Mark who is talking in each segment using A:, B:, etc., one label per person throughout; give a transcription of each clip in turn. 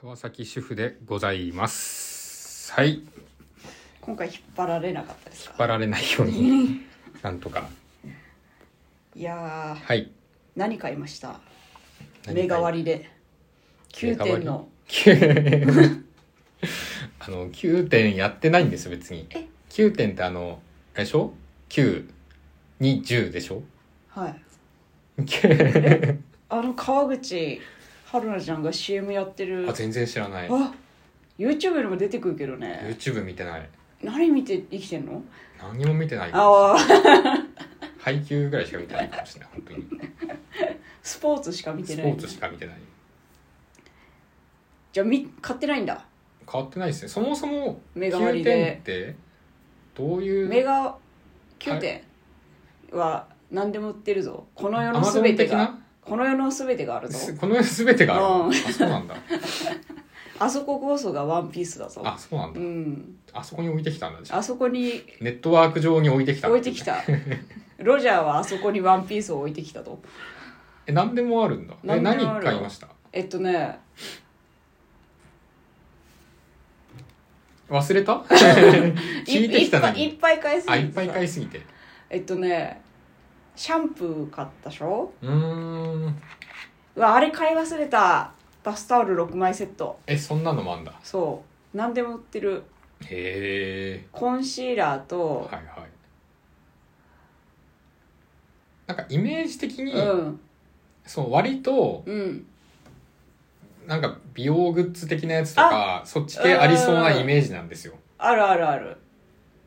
A: 川崎主婦でございますはい引
B: 今回引っ張られなかったです
A: っ
B: か
A: 張られないよう になんとか
B: いやー
A: はい
B: 何買いました目代わりで9
A: 目代わ
B: 点
A: り
B: の
A: あの9点やってないんですよ別に
B: え
A: 9点ってあのあれでしょ9に10でし ょ
B: はいあの川口春奈ちゃんが CM やってる
A: あ全然知らない
B: あ YouTube にも出てくるけどね
A: YouTube 見てない
B: 何見て生きてんの
A: 何も見てない
B: ああ
A: 配給ぐらいしか見てないかもしれない本当に
B: スポーツしか見て
A: ス
B: な
A: ポ
B: い
A: ーツしか見てない
B: じゃあみ買ってないんだ
A: 変わってないですねそもそも
B: 目代わ
A: 9
B: り
A: 点っ
B: で
A: てどういう
B: 目が9点は何でも売ってるぞこの世の
A: Amazon
B: 全て
A: 的
B: が
A: な
B: この世の全てがあるぞ
A: すこの世全てがある
B: うん
A: あそうなんだ
B: あそここそがワンピースだぞ
A: あそうなん
B: う
A: だ
B: ん
A: あそこに置いてきたんだ
B: あそこに
A: ネットワーク上に置いてきた
B: 置いて きたロジャーはあそこにワンピースを置いてきたと
A: え何でもあるんだえ
B: 何でもあ
A: 何
B: る
A: 買いました
B: えっとね
A: 忘れ た聞いてきたの
B: いっ
A: に
B: ぱいいっぱい買いすぎて
A: あいっぱい買いすぎて
B: えっとねシャンプー買ったでしょ
A: うーん
B: うわあれ買い忘れたバスタオル6枚セット
A: えそんなのもあんだ
B: そう何でも売ってる
A: へえ
B: コンシーラーと、
A: はいはいなんかイメージ的に、
B: うん
A: そう割と
B: うん
A: なんか美容グッズ的なやつとかそっち系ありそうなイメージなんですよ
B: あるあるある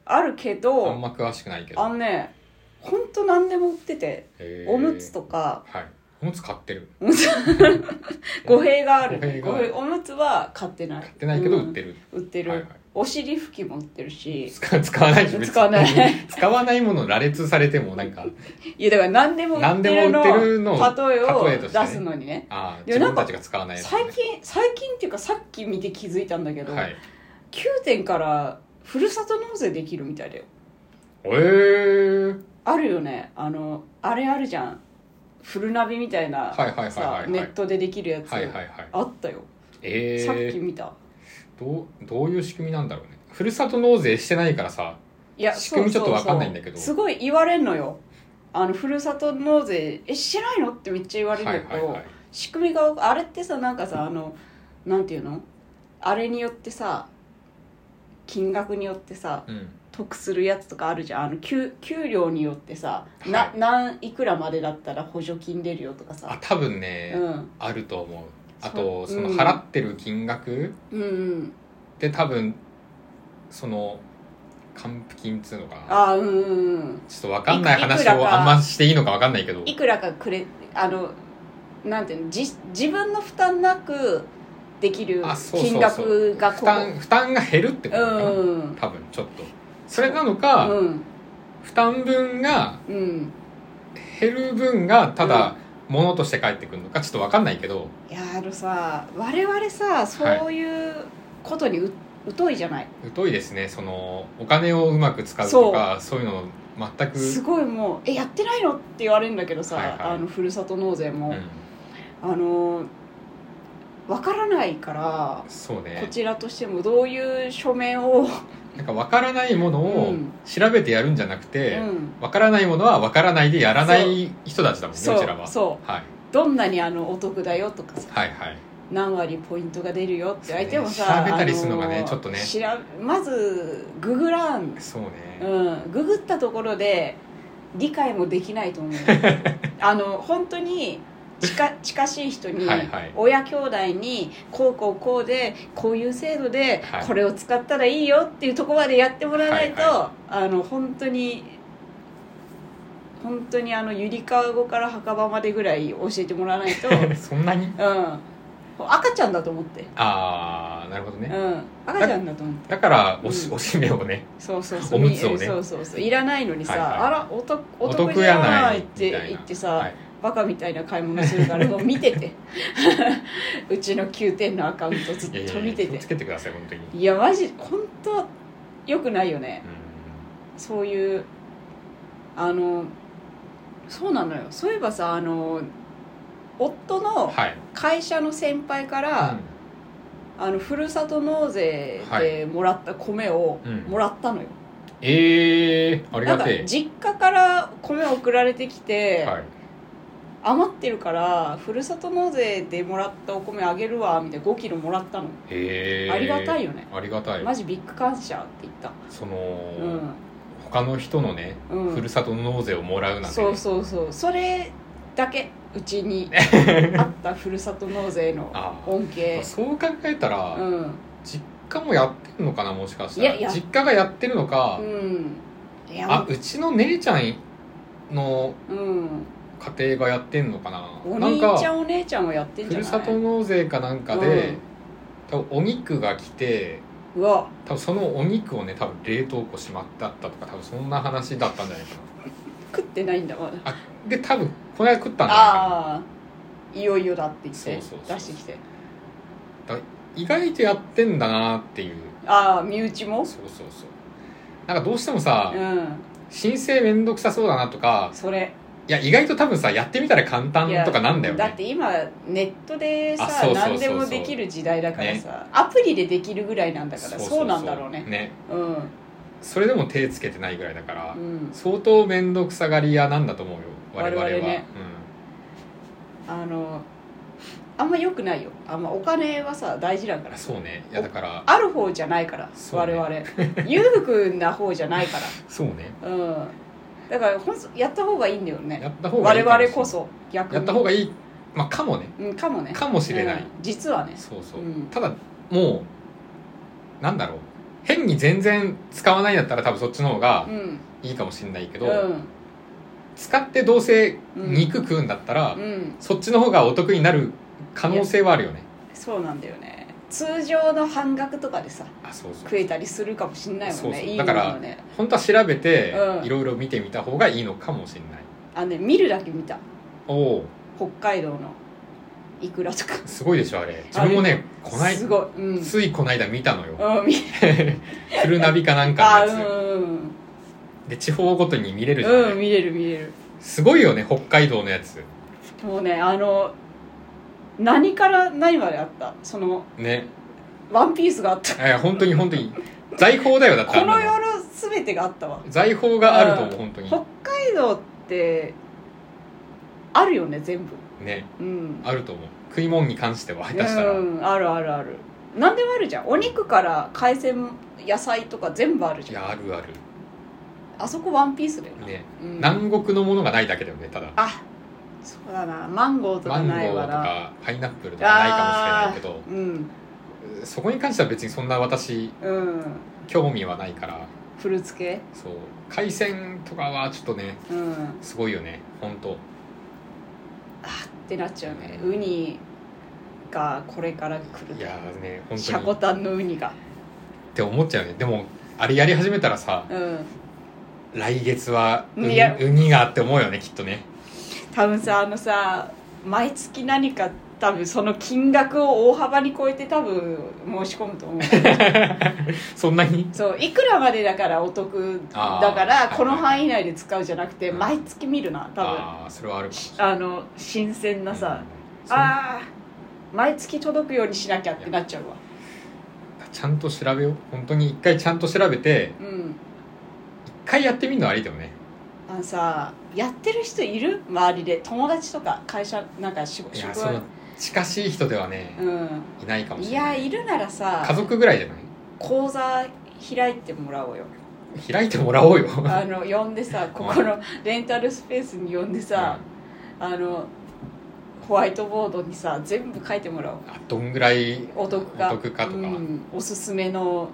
B: あるけ
A: あん
B: ど
A: ま詳しくないけど
B: あのねほんと何でも売ってて
A: へー
B: おむつとか
A: はいおむつ買ってる
B: 語弊があるね
A: 語弊がある
B: 語弊おむつは買ってない
A: 買ってないけど
B: うん
A: 売ってる、
B: 売ってる、
A: はいはい
B: お尻拭きも売ってるし
A: 使使わないし別に
B: 使わない
A: 使わないものを羅列されてもなんか
B: いやだから何でも売ってるの
A: 何でも売ってるのを
B: 例えを
A: 例えとしてね
B: 出すのにね
A: ああ
B: いや
A: 自
B: なん
A: 分
B: か
A: たちが使わないやつね
B: 最近最近っていうかさっき見て気づいたんだけど、
A: はい
B: 9点からふるさと納税できるみたいだよ
A: えー、
B: あるよねあのあれあるじゃんフルナビみたいな
A: はいはいはいはい
B: さネットでできるやつ、
A: はいはいはい
B: あったよ、
A: え
B: さっき
A: ー、
B: 見た
A: どうどういう仕組みなんだろうねふるさと納税してないからさ
B: いや
A: 仕組み
B: そうそうそう
A: ちょっとわかんないんだけど
B: すごい言われんのよあのふるさと納税えしてないのってめっちゃ言わ
A: は
B: れ
A: い
B: る
A: は
B: け
A: い
B: ど、
A: はい
B: 仕組みがあれってさなんかさあのなんていうのあれによってさ金額によってさ
A: うん
B: 得するやつとかあるじゃんあの給給料によってさ、な
A: はい
B: 何いくらまでだったら補助金出るよとか
A: あ
B: さ、
A: 多分ね、
B: うん、
A: あると思うあ
B: そ
A: と
B: う
A: その
B: うん
A: 払ってる金額
B: うんうん
A: で多分その還付金っつうのかな
B: あーうんうんうん
A: ちょっとわかんない
B: いくいく
A: 話
B: ら
A: を
B: か
A: あんましていいのかわかんないけど
B: いくらかくれあのなんていうのじ自分の負担なくできる
A: あそうそうそう
B: 金額が
A: 負
B: こ
A: 担負担が減るってこと
B: う
A: かな、
B: うん
A: 多分ちょっとそれなのか、
B: うん
A: 負担分が
B: うん
A: 減る分がただ物として返ってくるのかちょっとわかんないけど
B: いやあのさ我々さそういうことにう、疎いじゃない
A: 疎いですねそのお金をうまく使うとかそういうの全く
B: すごいもう「えやってないの?」って言われるんだけどさ、
A: はいはい
B: あのふるさと納税も、
A: うん、
B: あのわからないから
A: そう
B: こ
A: ね
B: ちらとしてもどういう書面を、
A: なんかわからないもの
B: う
A: を
B: ん
A: 調べてやるんじゃなく
B: う
A: て、
B: ん、
A: わからないものはわからないでやらない人たちだもんね
B: そう
A: うちらは、
B: そ
A: はい、
B: うどんなにあのお得だよとかさ
A: はいはい
B: 何割ポイントが出るよって相手も
A: そう
B: さ、
A: ね調べたりするのがね
B: あ
A: ちょっとね
B: 調べまずググらん、
A: そうね、
B: うん、ググったところで理解もできな いと思うあの本当に近近しい人に
A: はいはい
B: 親兄弟にこうこうこうでこういう制度で
A: はい
B: これを使ったらいいよっていうところまでやってもらわないと、
A: はい
B: あの本当に本当にあのゆりかごから墓場までぐらい教えてもらわない と
A: そんなに
B: うん、赤ちゃんだと思って、
A: ああなるほど
B: う
A: ね、
B: ん、赤ちゃんだと思って
A: だからおし,、
B: うん
A: おしめをね
B: そうそうそう
A: おむつをね
B: そうそうそういらないのにさ、
A: はいはい
B: あらおとお
A: お
B: 得
A: 得
B: じゃ
A: や
B: な
A: ないい
B: って
A: みたいな
B: 言ってさ、
A: はい
B: バカみたいな買い物するからもう見てて うちの9点のアカウントずっ
A: いやいや
B: と
A: いや
B: 見て
A: 気
B: て
A: をつけてください本当に、
B: いやマジ本当良くないよね
A: う
B: そういうあのそうなのよそういえばさあの夫
A: ん、
B: の
A: はい、
B: 会社の先輩から、
A: うん
B: あのふるさと納税でもらった米を
A: うん
B: もらったのよ、
A: ええあり
B: なん
A: が
B: か
A: て
B: 実家から米送られてき
A: え
B: て、
A: はい
B: 余ってるからふるさと納税でもらったお米あげるわみたいな5キロもらったの
A: ええ
B: ありがたいよね
A: ありがたい
B: マジビッグ感謝って言った
A: その、
B: うん、
A: 他の人のね、
B: うん
A: ふるさと納税をもらうなんてね、
B: そうそうそうそれだけうち にあったふるさと納税の
A: あー
B: 恩恵
A: まあそう考えたら、
B: うん
A: 実家もやってるのかなもしかしたら
B: いやいや
A: 実家がやってるのか、
B: うんいや
A: あうちの姉ちゃんの
B: うん
A: 家庭がやってんのかな
B: お
A: なん
B: 兄ちゃ
A: か
B: んお姉ちゃんはやってん
A: ふ
B: じゃ
A: る
B: ない
A: さと納税かなんかで、多分お肉が来て
B: うんうわ
A: 多分そのお肉をね多分冷凍庫しまったとか多分そんな話だったんじゃないか
B: 食ってないんだまだ
A: なあで多分この間食ったんじゃないかな
B: ああいよいよだって言って
A: そうそうそう
B: 出してきて
A: 意外とやってんだなっていう
B: ああ身内も
A: そうそうそうなんかどうしてもさ、
B: うん
A: 申請めんどくさそうだなとか
B: それ
A: いや意外と多分さやってみたら簡単とかなんだよ
B: いやだ
A: ね
B: って今ネットでさ
A: あそうそうそうそう
B: 何でもできる時代だからさ、アプリでできるぐらいなんだからそうなんだろうね
A: ね
B: うん、
A: それでも手つけてないぐらいだから、
B: うん、
A: 相当面倒くさがり屋なんだと思うよ我々は
B: 我々ねあのあんま良くないよあんまお金はさ大事だか
A: うん、
B: ら
A: そうねいやだから
B: ある方じゃないから、
A: そう
B: 我
A: ね
B: 々裕福な方じゃないか
A: そうね
B: らうんだからほんとやった方がいいんだよ
A: や
B: ね
A: った方がい
B: 我
A: いかもしれない
B: 々こそ逆に
A: やった方がいいまあかもね
B: うん、かもね
A: かもしれない
B: うん実はね
A: そうそう、
B: うん
A: ただもうなんだろう変に全然使わないんだったら多分そっちの方が
B: うん
A: いいかもしれないけ
B: う
A: ど、
B: ん
A: 使ってどうせ
B: うん
A: 肉食うんだったら、
B: うん
A: そっちの方がお得になる可能性はあるよね
B: そうなんだよね通常の半額とかでさ
A: あそうそう
B: 食えたりするかもしんないもんね
A: そうそう
B: いいも
A: だ
B: の
A: から
B: はね
A: 本当は調べて
B: うん
A: いろいろ見てみた方がいいのかもしれない、
B: あのね見るだけ見た
A: おお
B: 北海道のいくらとか
A: すごいでしょあれ自分もねこない
B: すごいうん、うん、
A: ついこないだ見たのよ
B: 見
A: フルナビかなん
B: あ
A: か
B: う
A: のや
B: ん
A: つで地方ごとに見れるじゃ
B: う
A: ない、
B: ん見れる見れる
A: すごいよね北海道のやつ
B: もうねあの何から何まであったその
A: ね
B: ワンピースがあった
A: え本当に本当に財宝だよだって
B: こ
A: あんな
B: の世の全てがあったわ
A: 財宝があると思う本当
B: 北海道ってあるよね全部
A: にね
B: うん
A: あると思う食い物に関しては下手したら、
B: うんあるあるある何でもあるじゃんお肉から海鮮野菜とか全部ある
A: い
B: じゃん
A: やあるある
B: あそこワンピースだよな、
A: ね、
B: うん
A: 南国のものがないだけだよねただ
B: あそうだなマンゴーと
A: マ
B: か
A: ンゴ
B: ない
A: ー
B: わ
A: と
B: な
A: かパイナップルとかないかもしれないけど
B: うん
A: そこに関しては別にそんな私
B: うん
A: 興味はないから
B: フルーツ系
A: そう海鮮とかはちょっとね
B: うんあ
A: すごいよね本当
B: ってなっちゃうねウニがこれから来る
A: いやーね本
B: シ
A: 当
B: ャコ
A: にっ
B: タンのウニが
A: て思っちゃうねでもあれやり始めたらさ
B: うん
A: 来月はいウ
B: や
A: ニウニがって思うよねきっとね
B: 多分さあのさ毎月何か多分その金額を大幅に超えて多分申し込むと思う
A: そんなに
B: そういくらまでだからお得
A: あー
B: だか
A: はい
B: ら
A: はい
B: この範囲内で使うじゃなくて
A: うん
B: 毎月見るな多分あ
A: ああそれはあるかもしれ
B: の新鮮な
A: ない
B: さ、
A: うん
B: ああ毎月届くようにしなきゃってなっちゃうわ
A: そうちゃんと調べよう本当に一回ちゃんと調べて
B: うん
A: 一回やってみるのはありだよね
B: あのさやってる人いる周りで友達とか会社なんか仕
A: い
B: 事
A: やその近しい人ではね、
B: う
A: いないか
B: ん
A: もし
B: い
A: れな
B: や
A: い
B: いるならさ
A: 家族ぐらいじゃない
B: 口座開いてもらおうよ
A: 開いてもらおうよ
B: あの呼んでさここのレンタルスペースに呼んでさ、あのホワイトボードにさ全部書いてもらおう
A: あどんぐらい
B: お得か
A: お得かとか
B: うんおすすめの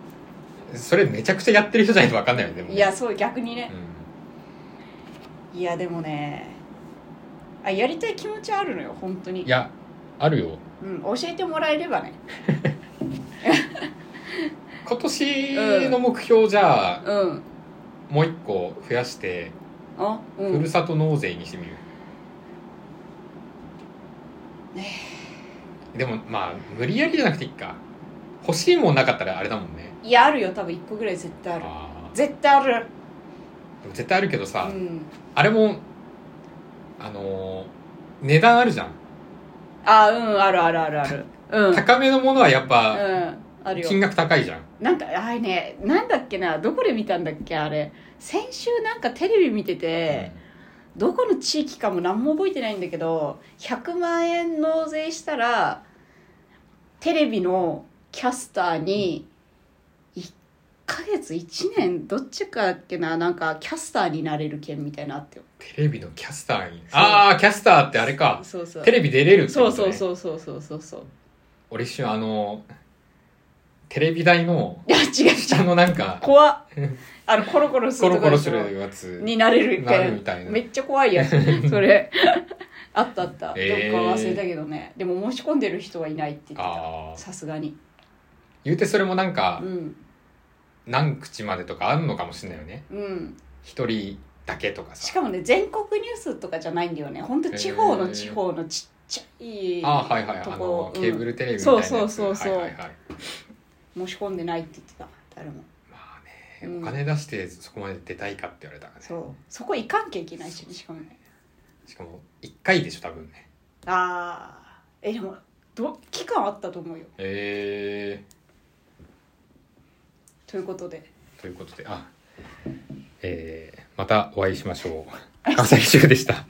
A: それめちゃくちゃやってる人じゃないと分かんないよねでもね
B: いやそう逆に
A: う
B: ね、
A: ん
B: いやでもねあやりたい気持ちはあるのよ本当に
A: いやあるよ
B: うん、教えてもらえればね
A: 今年の目標じゃあ、
B: うん
A: もう一個増やして、
B: あう
A: ふる
B: ん
A: さと納税にしてみる
B: ね
A: でもまあ無理やりじゃなくていいか欲しいもんなかったらあれだもんね
B: いやあるよ多分1個ぐらい絶対ある
A: あー
B: 絶対ある
A: でも絶対あるけどさ、
B: うん
A: あれもあのー値段あるじゃん
B: あうんあるあるあるあるうん
A: 高めのものはやっ
B: う
A: ぱ
B: んあるよ
A: 金額高いじゃん、
B: なんかあれねなんだっけなどこで見たんだっけあれ先週なんかテレビ見てて、どこの地域かも何も覚えてないんだけど100万円納税したらテレビのキャスターに1ヶ月1年どっちかだっけななんかキャスターになれる券みたいなのあってよ
A: テレビのキャスターにああキャスターってあれか
B: そうそう
A: テレビ出れるってこ
B: そ
A: と、
B: う
A: ね、
B: そうそうそうそうそうそう
A: 俺一瞬あのテレビ台の
B: いや違う違う
A: 下のなんか
B: 怖っあのコロコロす
A: コロ
B: ると
A: コ
B: こ
A: ロ
B: ですしょ
A: るやつ
B: になれる
A: なるみたいな
B: めっちゃ怖いやつそれあったあった、
A: えー
B: どっか忘れたけどねでも申し込んでる人はいないって言って
A: あー
B: たさすがに
A: 言うてそれもなんか
B: うん
A: 何口までとかあるのかもしれないよね
B: うん
A: 一人だけとか
B: し
A: さ
B: かもね全国ニュースとかじゃないんだよねほんと地方の地方のちっちゃい
A: ああはいはいあ
B: と
A: の
B: こ、
A: ケーブルテレビみたい
B: そ
A: な
B: う
A: やつ
B: そうそうそう
A: はいはいはい
B: うん申し込んでないって言ってた誰も
A: まあ
B: う
A: ね
B: ん
A: お金出してそこまで出たいかって言われたらね
B: そうそこ行かんきゃいけないし、ね、しかもね
A: しかも1回でしょ多分ね
B: ああえでもど期間あったと思うよ
A: え
B: ということで
A: ー、ということであえー、またお会いしましょう川崎修でした